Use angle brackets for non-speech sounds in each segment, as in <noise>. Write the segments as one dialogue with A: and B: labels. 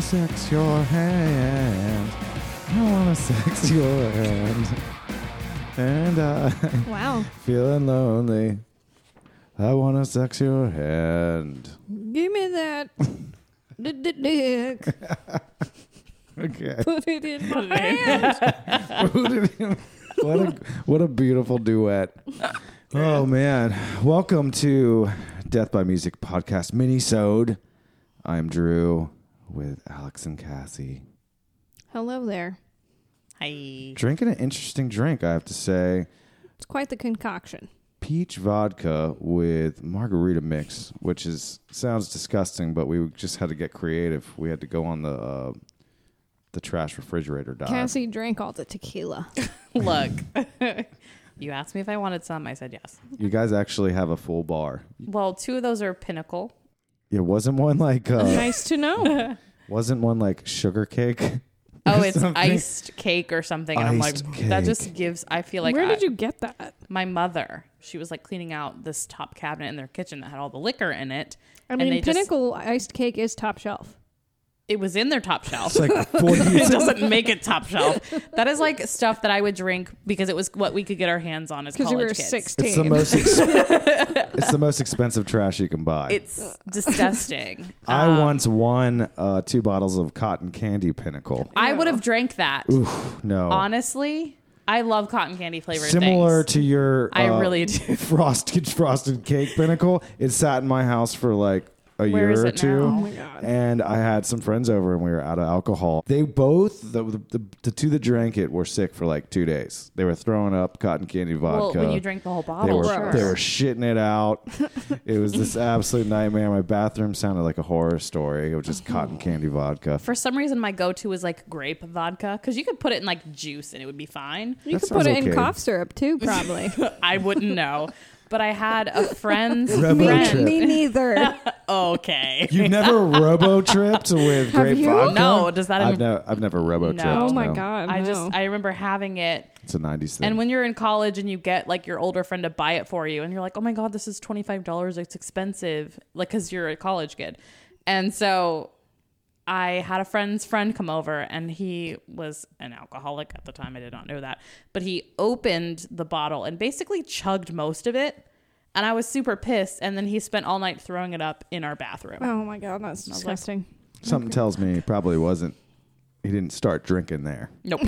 A: sex your hand. I wanna sex <laughs> your hand. And I <laughs>
B: Wow.
A: feeling lonely. I wanna sex your hand.
B: Give me
A: <laughs>
B: that. d- d- dick. <laughs>
A: Okay.
B: Put it in my hand.
A: what a what a beautiful duet. Oh man. Welcome to Death by Music Podcast Minisode. I'm Drew with Alex and Cassie.
B: Hello there.
C: Hi.
A: Drinking an interesting drink, I have to say.
B: It's quite the concoction.
A: peach vodka with margarita mix, which is sounds disgusting, but we just had to get creative. We had to go on the uh, the trash refrigerator dive.
B: Cassie drank all the tequila.
C: <laughs> Look, you asked me if I wanted some. I said yes.
A: You guys actually have a full bar.
C: Well, two of those are pinnacle.
A: It wasn't one like
C: <laughs>
A: uh,
B: nice to know.
A: wasn't one like sugar cake.
C: Oh, it's
A: Something.
C: iced cake or something. And I'm
A: Iced
C: like, that
A: cake.
C: just gives, I feel like
B: Where
C: I-
B: did you get that?
C: my mother, she was like cleaning out this top cabinet in their kitchen that had all the liquor in it.
B: I
C: And
B: mean,
C: they just-
B: Pinnacle iced cake is top shelf.
C: It was in their top shelf.
A: It's like forty. <laughs>
C: <laughs> it doesn't make it top shelf. That is like stuff that I would drink because it was what we could get our hands on as
B: Because
C: college
B: you were
C: kids.
B: 16.
A: It's the most. Ex- it's the most expensive trash you can buy.
C: It's
A: <laughs>
C: um, disgusting.
A: I once won uh, two bottles of cotton candy pinnacle.
C: I would have drank that.
A: No,
C: Honestly, I love cotton candy flavored
A: Oh. similar
C: things.
A: to your.
C: I
A: uh,
C: really
A: <laughs>
C: do.
A: frosted frosted cake pinnacle. It sat in my house for like a year
C: is
A: or
C: it
A: two.
C: now? Oh
B: my God.
A: And I had some friends over and we were out of alcohol. They both the the, the, the two that drank it were sick for like two days. They were throwing up cotton candy
C: Well,
A: vodka.
C: when you drink the whole
A: they
C: bottle,
A: were
C: sure.
A: they were shitting it
C: <laughs>
A: out. it was this absolute nightmare. My bathroom sounded like a horror story. It was just cotton candy vodka.
C: Oh. For some reason, my go-to is like grape vodka because you could put it in like juice and it would be fine.
B: You
A: That
B: could put it
A: sounds
B: in
A: okay.
B: cough syrup
A: <laughs>
B: too, probably.
C: I wouldn't know, but I had a friend's
A: Rebel
C: friend.
A: trip.
B: Me
C: <laughs>
B: neither.
C: Okay.
A: You
C: <laughs>
A: never robo tripped with grape
B: you?
A: vodka?
C: No, does that
A: I've,
C: im-
A: no, I've never robo tripped.
C: No.
B: Oh my
A: no.
B: god!
C: I
B: no.
C: just I remember having it,
A: It's a 90s thing.
C: and when you're in college and you get like your older friend to buy it for you, and you're like, oh my god, this is twenty five dollars. It's expensive, like because you're a college kid, and so. I had a friend's friend come over and he was an alcoholic at the time. I did not know that. But he opened the bottle and basically chugged most of it. And I was super pissed. And then he spent all night throwing it up in our bathroom.
B: oh my god, that's disgusting.
A: Something tells me he probably wasn't. He didn't start drinking there. <laughs>
B: <laughs>
C: Nope.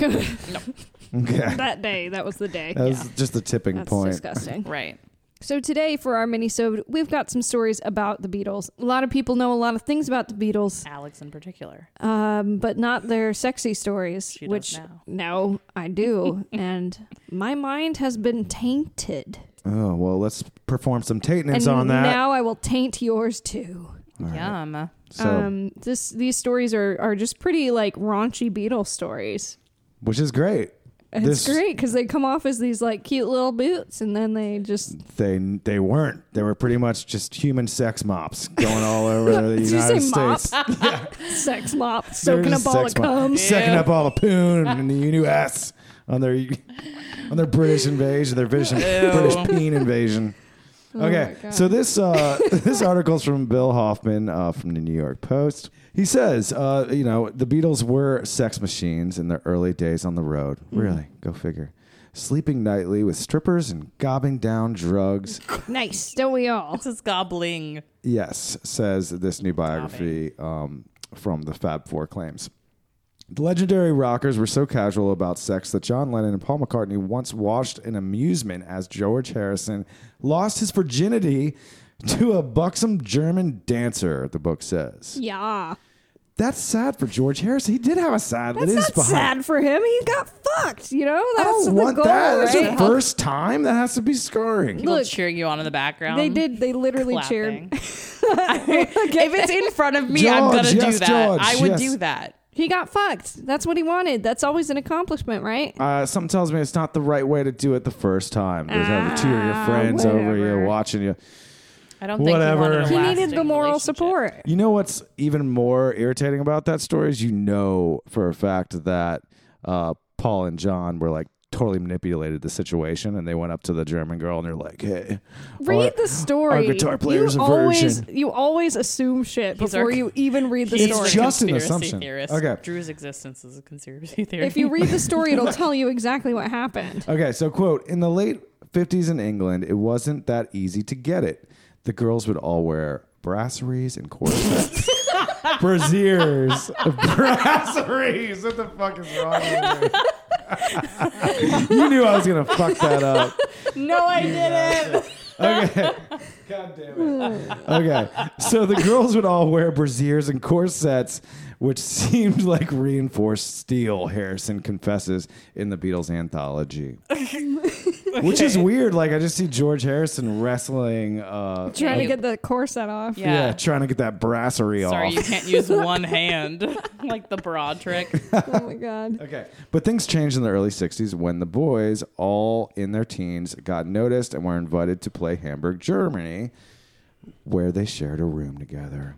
A: Okay. That
B: that day, that was the day.
A: was just the tipping
B: That's
A: point.
B: disgusting.
C: right.
B: So today for our mini-sode, we've got some stories about the Beatles. A lot of people know a lot of things about the Beatles,
C: Alex in particular.
B: um, but not their sexy stories,
C: She does
B: which
C: now.
B: no, I do, and my mind has been tainted.
A: Oh, well, let's perform some taintness
B: and
A: on that.
B: now I will taint yours too.
C: Yum.
A: so,
B: Um, this these stories are are just pretty like raunchy Beatles stories.
A: which is great.
B: It's
A: This-
B: great because they come off as these like cute little boots, and then they just
A: They they weren't. They were pretty much just human sex mops going all over the
B: <laughs> Did you
A: United
B: say mop?
A: States.
B: <laughs>
A: <laughs>
B: sex mop,
A: They were
B: soaking up
A: just
B: all
A: sex
B: the
A: mop-
B: cum.
A: Sucking up all the
B: <laughs>
A: poon in the U.S. on their on their British invasion, their British, British peen invasion. Okay,
B: Oh my God.
A: so this uh, <laughs> this article's from Bill Hoffman uh, from the New York Post. He says, uh, you know, the Beatles were sex machines in their early days on the road.
B: Mm.
A: Really, go figure. Sleeping nightly with strippers and gobbing down drugs.
B: Nice, don't we all?
C: This is gobbling.
A: Yes, says this new biography um, from the Fab Four claims. The legendary rockers were so casual about sex that John Lennon and Paul McCartney once watched in amusement as George Harrison lost his virginity to a buxom German dancer, the book says.
B: Yeah.
A: That's sad for George Harrison. He did have a sad it
B: That's
A: is
B: not
A: behind.
B: sad for him. He got fucked, you know?
A: I
B: That's
A: don't
B: the
A: want
B: goal,
A: that. That's
B: right?
A: the first time. That has to be scarring.
C: People
B: Look,
C: cheering you on in the background.
B: they did. They literally <laughs>
C: Clapping.
B: cheered.
C: if it's in front of me, I'm
A: George,
C: gonna
A: yes,
C: do that.
A: George,
C: I would
A: yes.
C: do that.
B: He got fucked. That's what he wanted. That's always an accomplishment, right?
A: Uh, something tells me it's not the right way to do it the first time. There's other two of your friends over you
B: Ah, whatever.
A: watching you.
C: I don't think
A: Whatever.
C: whatever.
B: He needed the moral support.
A: You know what's even more irritating about that story is you know for a fact that uh, Paul and John were like totally manipulated the situation and they went up to the German girl and they're like, hey,
B: Read
A: our-
B: the story.
A: Our guitar player's
B: you
A: a
B: always,
A: virgin.
B: You always assume shit
C: He's
B: before
C: our-
B: you even read the
A: He's
B: story.
A: just- an assumption.
C: Theorist.
A: Okay.
C: Drew's existence is a conspiracy theory.
B: if you read the story, it'll tell you exactly
A: <laughs>
B: what happened.
A: Okay, so quote, in the late 50s in England, it wasn't that easy to get it. The girls would all wear brasseries and <laughs> corsets. Brasiers. <laughs> brasseries. What the fuck is wrong with you? <laughs> you knew I was going to fuck that up.
C: no, <laughs> I didn't. <laughs>
A: Okay. God damn it.
C: Hmm.
A: Okay. So the girls would all wear brasiers and corsets, which <laughs> seemed like reinforced steel, Harrison confesses in the Beatles
C: <laughs>
A: anthology. Which is weird. Like, I just see George Harrison wrestling. Uh,
B: Trying to
C: You-
B: get the corset off.
A: yeah.
C: Yeah.
A: trying to get that brasserie
C: Sorry,
A: off.
C: you can't use one hand <laughs> like the broad trick.
A: <laughs>
B: Oh my god.
A: Okay. But things changed in the early 60s when the boys, all in their teens, got noticed and were invited to play Hamburg, Germany, where they shared a room together.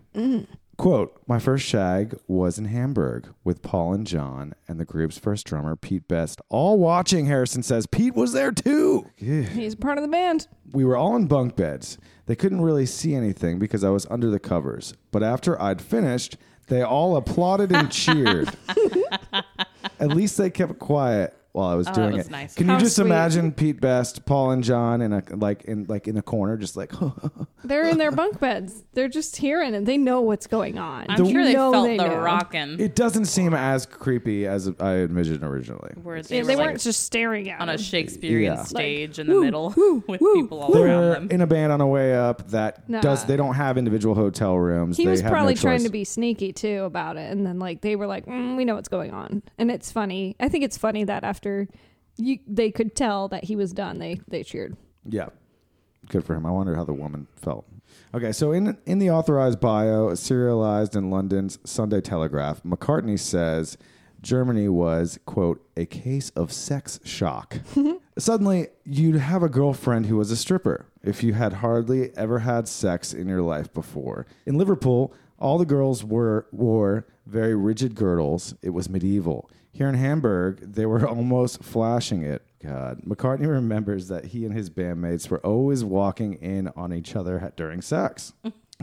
A: Quote My first shag was in Hamburg with Paul and John and the group's first drummer, Pete Best, all watching. Harrison says Pete was there too.
B: He's part of the band.
A: We were all in bunk beds. They couldn't really see anything because I was under the covers. But after I'd finished, they all applauded and
C: <laughs>
A: cheered. At least they kept quiet while I was
C: Oh, that
A: doing
C: was
A: it.
C: nice.
A: Can
B: How
A: you just
B: sweet.
A: imagine Pete Best, Paul and John in a like in like in a corner just like <laughs>
B: They're in their bunk beds. They're just hearing it. They know what's going on.
C: I'm sure they
B: You know
C: felt
B: they
C: the
B: know.
C: rockin'.
A: It doesn't seem as creepy as I envisioned originally.
C: Where they,
B: Yeah,
C: were
B: they
C: like,
B: weren't just staring at
C: on a
B: him.
C: Shakespearean
A: Yeah.
C: stage in the
B: woo,
C: middle
B: woo,
C: with
B: woo,
C: people all
A: They're
C: around them.
A: in a band on a way up that
B: Nah.
A: does they don't have individual hotel rooms.
B: He
A: They
B: was
A: have no
B: probably trying
A: choice.
B: to be sneaky too about it, and then like they were like, mm, "We know what's going on," and it's funny. I think it's funny that after you, they could tell that he was done. They they cheered.
A: Yeah. Good for him. I wonder how the woman felt. Okay, so in in the authorized bio, serialized in London's Sunday Telegraph, McCartney says Germany was, quote, a case of sex <laughs> shock. Suddenly, you'd have a girlfriend who was a stripper if you had hardly ever had sex in your life before. In Liverpool, all the girls were wore very rigid girdles. It was medieval. Here in Hamburg, they were <laughs> almost flashing it. God. McCartney remembers that he and his bandmates were always walking in on each other at- during sex.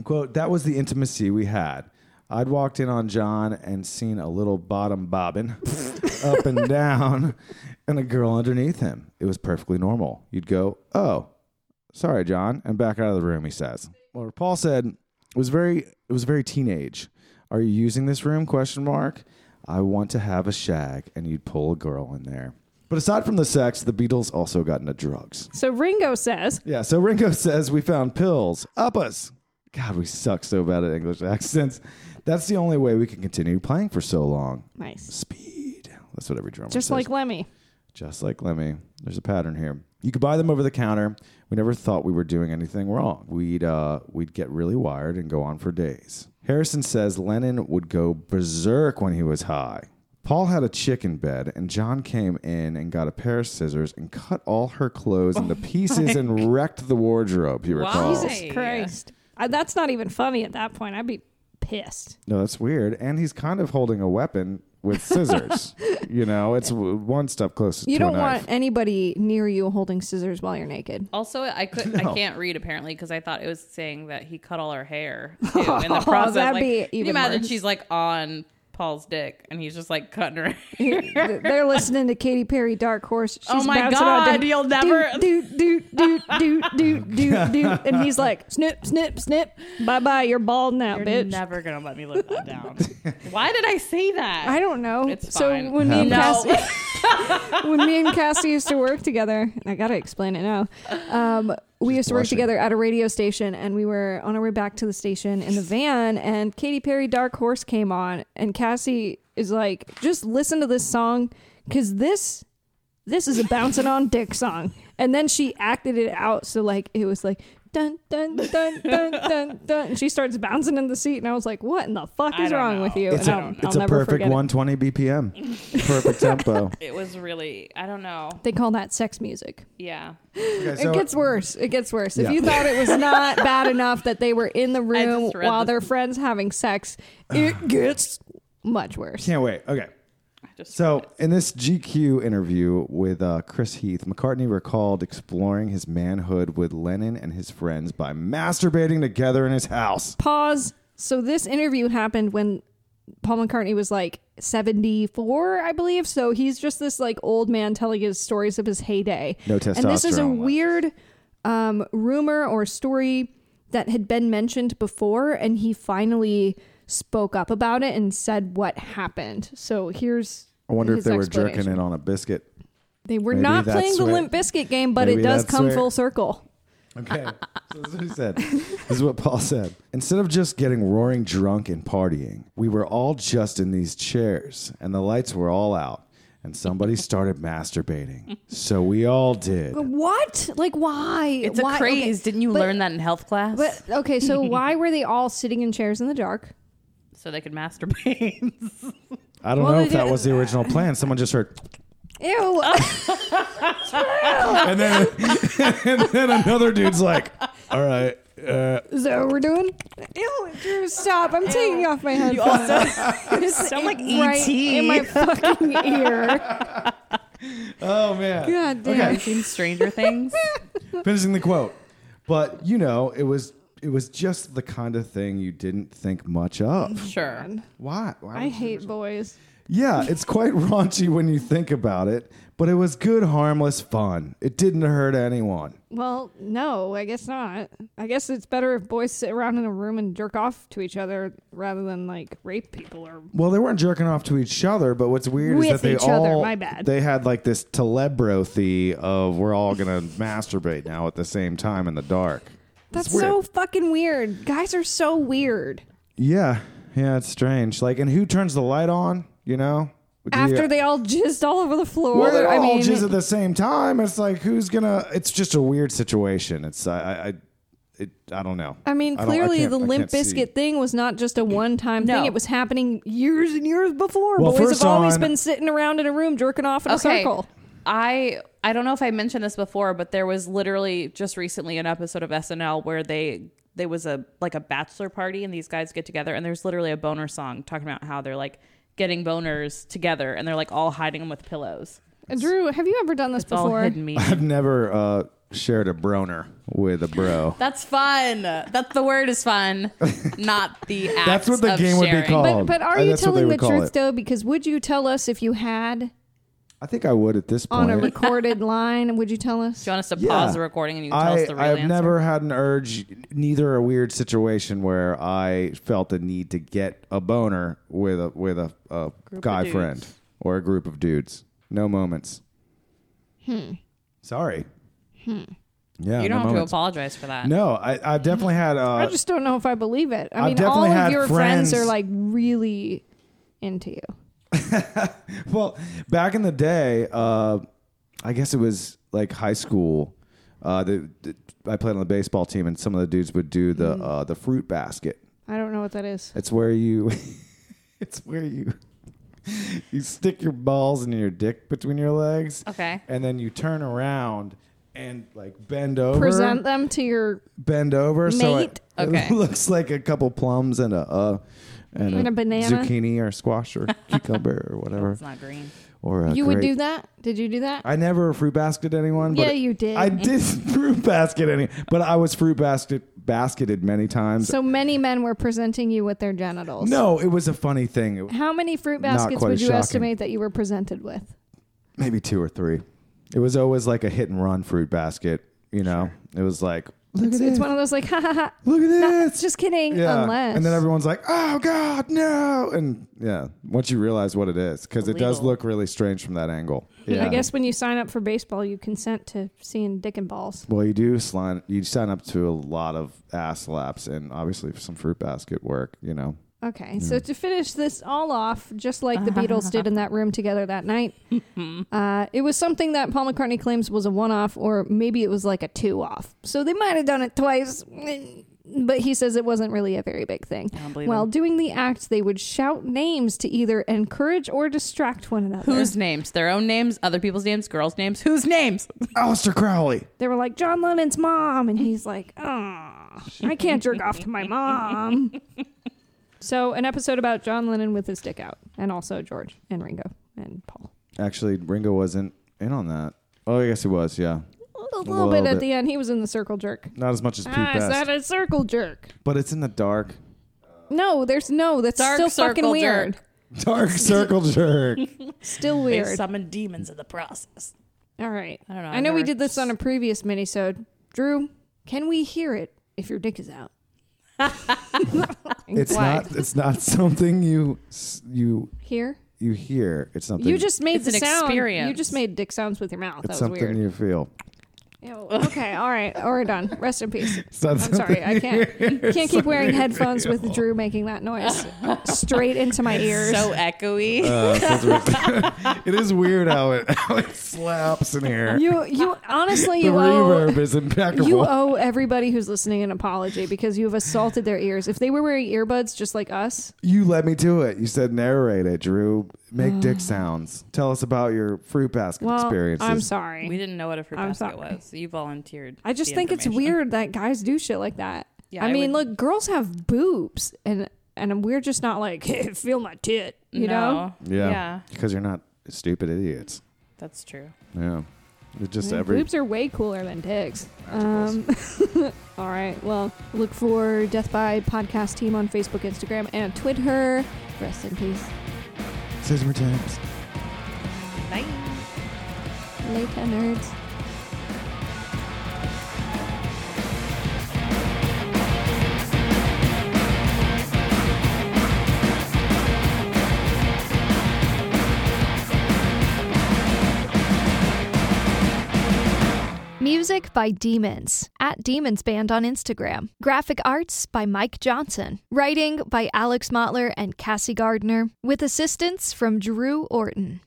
A: Quote, that was the intimacy we had. I'd walked in on John and seen a little bottom bobbing up and down and a girl underneath him. It was perfectly normal. You'd go, oh, sorry, John, and back out of the room, he says. Well, Paul said, it was very, it was very teenage. Are you using this room? Question mark. I want to have a shag, and you'd pull a girl in there. But aside from the sex, the Beatles also got into drugs.
B: So Ringo says,
A: Yeah, so Ringo <laughs> says we found pills. Up us. God, we suck so bad at English accents. That's the only way we can continue playing for so long.
B: "Nice,
A: Speed. That's what every drummer
B: just
A: says.
B: like Lemmy."
A: Just like Lemmy. There's a pattern here. You could buy them over the counter. We never thought we were doing anything wrong. We'd uh, we'd get really wired and go on for days. Harrison says Lennon would go berserk when he was high. Paul had a chick in bed, and John came in and got a pair of scissors and cut all her clothes
B: <laughs> Oh
A: into pieces and wrecked the wardrobe. He recalls.
C: Jesus
B: Jesus Christ, I, that's not even funny at that point. I'd be pissed.
A: No, that's weird. And he's kind of holding a weapon with
B: <laughs>
A: scissors. you know, it's w- one step closer
B: You
A: to
B: don't
A: a knife.
B: want anybody near you holding scissors while you're <laughs> naked.
C: Also, I could
A: No.
C: I can't read apparently because I thought it was saying that he cut all
B: <laughs>
C: her hair too, in the
B: Oh,
C: process.
B: that'd
C: like,
B: be
C: can you
B: even
C: imagine
B: worse.
C: she's like on Paul's dick and he's just like cutting her. hair?
B: They're listening to Katy Perry, Dark Horse. She's
C: <laughs> Oh my
B: bouncing on
C: God,
B: down.
C: you'll never-
B: do do do do do do do, and he's like, snip, snip, snip, bye bye. You're bald now,
C: <laughs> You're
B: bitch.
C: never gonna let me live
B: <laughs>
C: that down. Why did I say that?
B: I don't know.
C: It's
B: so
C: fine.
B: when me and
C: No.
B: Cassie, <laughs>
C: <laughs>
B: when me and Cassie used to work together, and I gotta explain it now. Um, we
A: She's
B: used to work
A: blushing.
B: together at a radio station, and we were on our way back to the station in the van, and Katy Perry "Dark Horse" came on, and Cassie is like, "Just listen to this song, because this, this is a bouncing on dick song." And then she acted it out, so like it was like. Dun dun dun dun dun dun, and she starts bouncing in the seat, and I was like, "What in the fuck
C: I
B: is
C: don't
B: wrong
C: know.
B: with you?"
A: It's
B: and
A: a,
B: I'll-
A: it's
B: I'll
A: a
B: never
A: perfect
B: forget it.
A: 120
B: <laughs>
A: BPM. Perfect tempo.
C: It was really I don't know.
B: They call that sex music.
C: Yeah.
A: Okay,
B: it gets worse. It gets worse.
A: Yeah.
B: If you thought it <laughs> was not bad enough that they were in the room
C: just read
B: while
C: this.
B: their friends having sex, it gets much worse.
A: can't wait. Okay.
C: Just
A: So, in this GQ interview with uh, Chris Heath, McCartney recalled exploring his manhood with Lennon and his friends by masturbating together in his house.
B: Pause. So this interview happened when Paul McCartney was like 74, I believe. So he's just this like old man telling his stories of his heyday.
A: No
B: And this is a
A: testosterone left.
B: weird um, rumor or story that had been mentioned before, and he finally spoke up about it and said what happened. So here's.
A: I wonder if
B: his
A: they were
B: explanation.
A: jerking it on a biscuit.
B: They were
A: Maybe
B: not playing
A: that's
B: the
A: where-
B: Limp Biscuit game, but
A: Maybe
B: it does
A: that's
B: come
A: where-
B: full circle.
A: Okay. so this is what he said. This is what Paul said. Instead of just getting roaring drunk and partying, we were all just in these chairs and the lights were all out and somebody started masturbating. So we all did.
B: What? Like why?
C: it's
B: Why-
C: a
B: okay,
C: craze. Didn't you
B: but-
C: learn that in health class?
B: But okay, <laughs> so why were they all sitting in chairs in the dark?
C: so they could masturbate. <laughs>
A: I don't
B: Well,
A: know
B: they
A: if that
B: did-
A: was the original plan. Someone just heard
B: Ew.
A: and then <laughs> and then another dude's like, "All right, uh,
B: <laughs> Is that what we're doing? Ew, Drew, stop. I'm taking off my headphones.
C: you
B: <laughs>
C: also
B: This
C: sound
B: is
C: like
B: right
C: E.T..
B: in my <laughs> fucking ear.
A: oh man."
B: God damn.
A: Okay.
C: seen
B: <laughs>
C: Stranger Things?
A: finishing the quote. But you know, it was it was just the kind of thing you didn't think much of.
C: Sure.
A: Why? Why would
B: I
A: you-
B: hate boys.
A: Yeah, it's quite raunchy when you think about it, but it was good, harmless fun. It didn't hurt anyone.
B: Well, no, I guess not. I guess it's better if boys sit around in a room and jerk off to each other rather than like rape people or
A: Well, they weren't jerking off to each other, but what's weird
B: With
A: is that they
B: each
A: all
B: other, my bad.
A: they had like this telebrothy of we're all gonna <laughs> masturbate now at the same time in the dark. It's
B: That's
A: weird.
B: so fucking weird. Guys are so weird.
A: Yeah, yeah, it's strange. Like, and who turns the light on? You know,
B: After
A: Yeah.
B: they all jizzed all over the floor.
A: Well, they're
B: I
A: all
B: mean,
A: just at the same time. It's like who's gonna? It's just a weird situation. It's I I I, it, I don't know.
B: I mean,
A: don't-
B: clearly
A: can't-
B: the
A: I
B: Limp
A: can't see.
B: Biscuit thing was not just a one-time
C: No.
B: thing. It was happening years and years before.
A: Well,
B: Boys
A: first
B: have always
A: on-
B: been sitting around in a room jerking off in a circle.
C: I I don't know if I mentioned this before, but there was literally just recently an episode of SNL where they there was a like a bachelor party and these guys get together and there's literally a boner song talking about how they're like getting boners together and they're like all hiding them with pillows.
B: Drew, have you ever done this
C: It's all
B: before?
C: hidden me.
A: I've never uh, shared a broner with a bro.
C: That's fun. That's the word is
B: <laughs>
C: fun, not the act.
A: That's what the
C: of
A: game would be
C: sharing.
A: called.
B: But, but are
A: Uh,
B: you
A: that's what they
B: telling the
A: would call
B: truth,
A: it.
B: though? Because would you tell us if you had
A: I think I would at this point.
B: on a
A: <laughs>
B: recorded line? Would you tell us?
C: Do you want us to
A: Yeah.
C: pause the recording and you can tell
A: I,
C: us the real
A: I've
C: answer?
A: never had an urge, neither a weird situation where I felt the need to get a boner with a with a, a guy
C: dudes.
A: friend or a group of dudes. No moments. Hmm. Sorry. Hmm. Yeah. no
C: you don't have to
A: moments.
C: apologize for that.
A: No, I, I've definitely had.
B: I
A: Uh,
B: just don't know if I believe it. I
A: I've
B: mean, all
A: definitely
B: of
A: had
B: your friends
A: friends-
B: are like really into you.
A: <laughs> well, back in the day, uh, I guess it was like high school. Uh, the, the- I played on the baseball team, and some of the dudes would do the
B: Mm-hmm.
A: uh, the fruit basket.
B: I don't know what that is.
A: It's where you. <laughs> it's where you. <laughs> You stick your balls and your dick between your legs.
C: Okay.
A: And then you turn around and like bend over.
B: Present them to your
A: Bend over so
B: Mate.
A: it, <laughs> it
C: Okay.
A: looks like a couple plums and a uh, and,
B: And a banana.
A: zucchini or squash
B: <laughs>
A: or cucumber or whatever
C: It's not green.
A: or a
B: You would
A: grape.
B: do that? Did you do that?
A: I never fruit basketed anyone.
B: Yeah,
A: but
B: you did.
A: I did <laughs> fruit basket any, but I was fruit basket basketed many times.
B: so many men were presenting you with their genitals.
A: no, it was a funny thing. It-
B: How many fruit
A: Not
B: baskets
A: quite
B: would
A: as
B: you
A: shocking.
B: estimate that you were presented with?
A: Maybe two or three. It was always like a hit and run fruit basket. You know, it was like look
B: It's,
A: at
B: it's
A: this,
B: one of those like, <laughs> ha ha ha.
A: look at this.
B: Just kidding.
A: yeah,
B: Unless.
A: and then everyone's like, "Oh God, no!" And yeah, once you realize what it is, because it does
C: Illegal.
A: look really strange from that angle. Yeah.
B: I guess when you sign up for baseball, you consent to seeing dick and balls.
A: Well, you do slide. You sign up to a lot of ass laps, and obviously some fruit basket work. You know,
B: Okay, so
A: Mm.
B: to finish this all off, just like the Beatles did in that room together that night, uh, it was something that Paul McCartney claims was a one off, or maybe it was like a two off. So they might have done it twice, but he says it wasn't really a very big thing.
C: I don't believe
B: While doing the act, they would shout names to either encourage or distract one another.
C: Whose names? Their own names, other people's names, girls' names. Whose names?
A: Aleister Crowley.
B: they were like, John Lennon's mom. And he's like, oh, I can't jerk off to my <laughs> mom. So, an episode about John Lennon with his dick out, and also George and Ringo. and Paul.
A: Actually, Ringo wasn't in on that. Oh, I guess he was. Yeah,
B: A little, bit, at the end. He was in the circle jerk.
A: not as much as Pete
B: Ah, is
A: Best,
B: that a circle jerk?
A: but it's in the dark.
B: No, there's no. That's
C: Dark
B: still fucking
C: circle
B: weird.
A: <laughs>
C: jerk.
A: Dark circle jerk.
B: Still
C: They
B: weird.
C: summon demons in the process.
B: All right.
C: I don't know.
B: I know we
C: never-
B: did this on a previous minisode. Drew, can we hear it if your dick is out?
A: It's
B: Why?
A: not. It's not something you s- you
B: here.
A: you hear. It's something.
B: You just made
C: It's
B: the
C: an
B: sound. You
C: experience.
B: just made dick sounds with your mouth.
A: It's
B: that was
A: something
B: weird.
A: you feel.
B: Ew. Okay. All right. All right. Done. Rest in peace.
A: It's not
B: I'm sorry. I can't. Can't keep wearing headphones with Drew making that noise straight into my ears.
C: <laughs> So echoey.
A: Uh, so
B: <laughs>
A: it's- it is weird how it, how it slaps in here.
B: you you honestly
A: the
B: you owe
A: reverb is impeccable.
B: you owe everybody who's listening an apology because you have assaulted their ears. If they were wearing earbuds just like us,
A: You led me to it. You said narrate it, Drew. Make dick sounds. Tell us about your fruit basket
B: Uh. well,
A: experiences.
B: I'm
C: we
B: sorry.
C: didn't know what a fruit
B: I'm
C: basket
B: sorry.
C: was. You volunteered.
B: I just
C: the
B: think it's
C: information.
B: weird that guys do shit like that.
C: Yeah,
B: I,
C: I
B: mean,
C: would-
B: look, girls have boobs, and and we're just not like <laughs> feel my tit, you
C: no.
B: know.
A: Yeah.
C: Yeah.
A: Because you're not stupid idiots.
C: That's true.
A: Yeah. It's just
B: Yeah,
A: every.
B: Boobs are way cooler than dicks. Um, <laughs> all right. Well, look for Death by Podcast Team on Facebook, Instagram, and Twitter. Rest in peace.
A: Scissor times.
C: Nice.
B: Later, nerds.
D: Music by Demons, at Demons Band on Instagram. Graphic arts by Mike Johnson. Writing by Alex Motler and Cassie Gardner, with assistance from Drew Orton.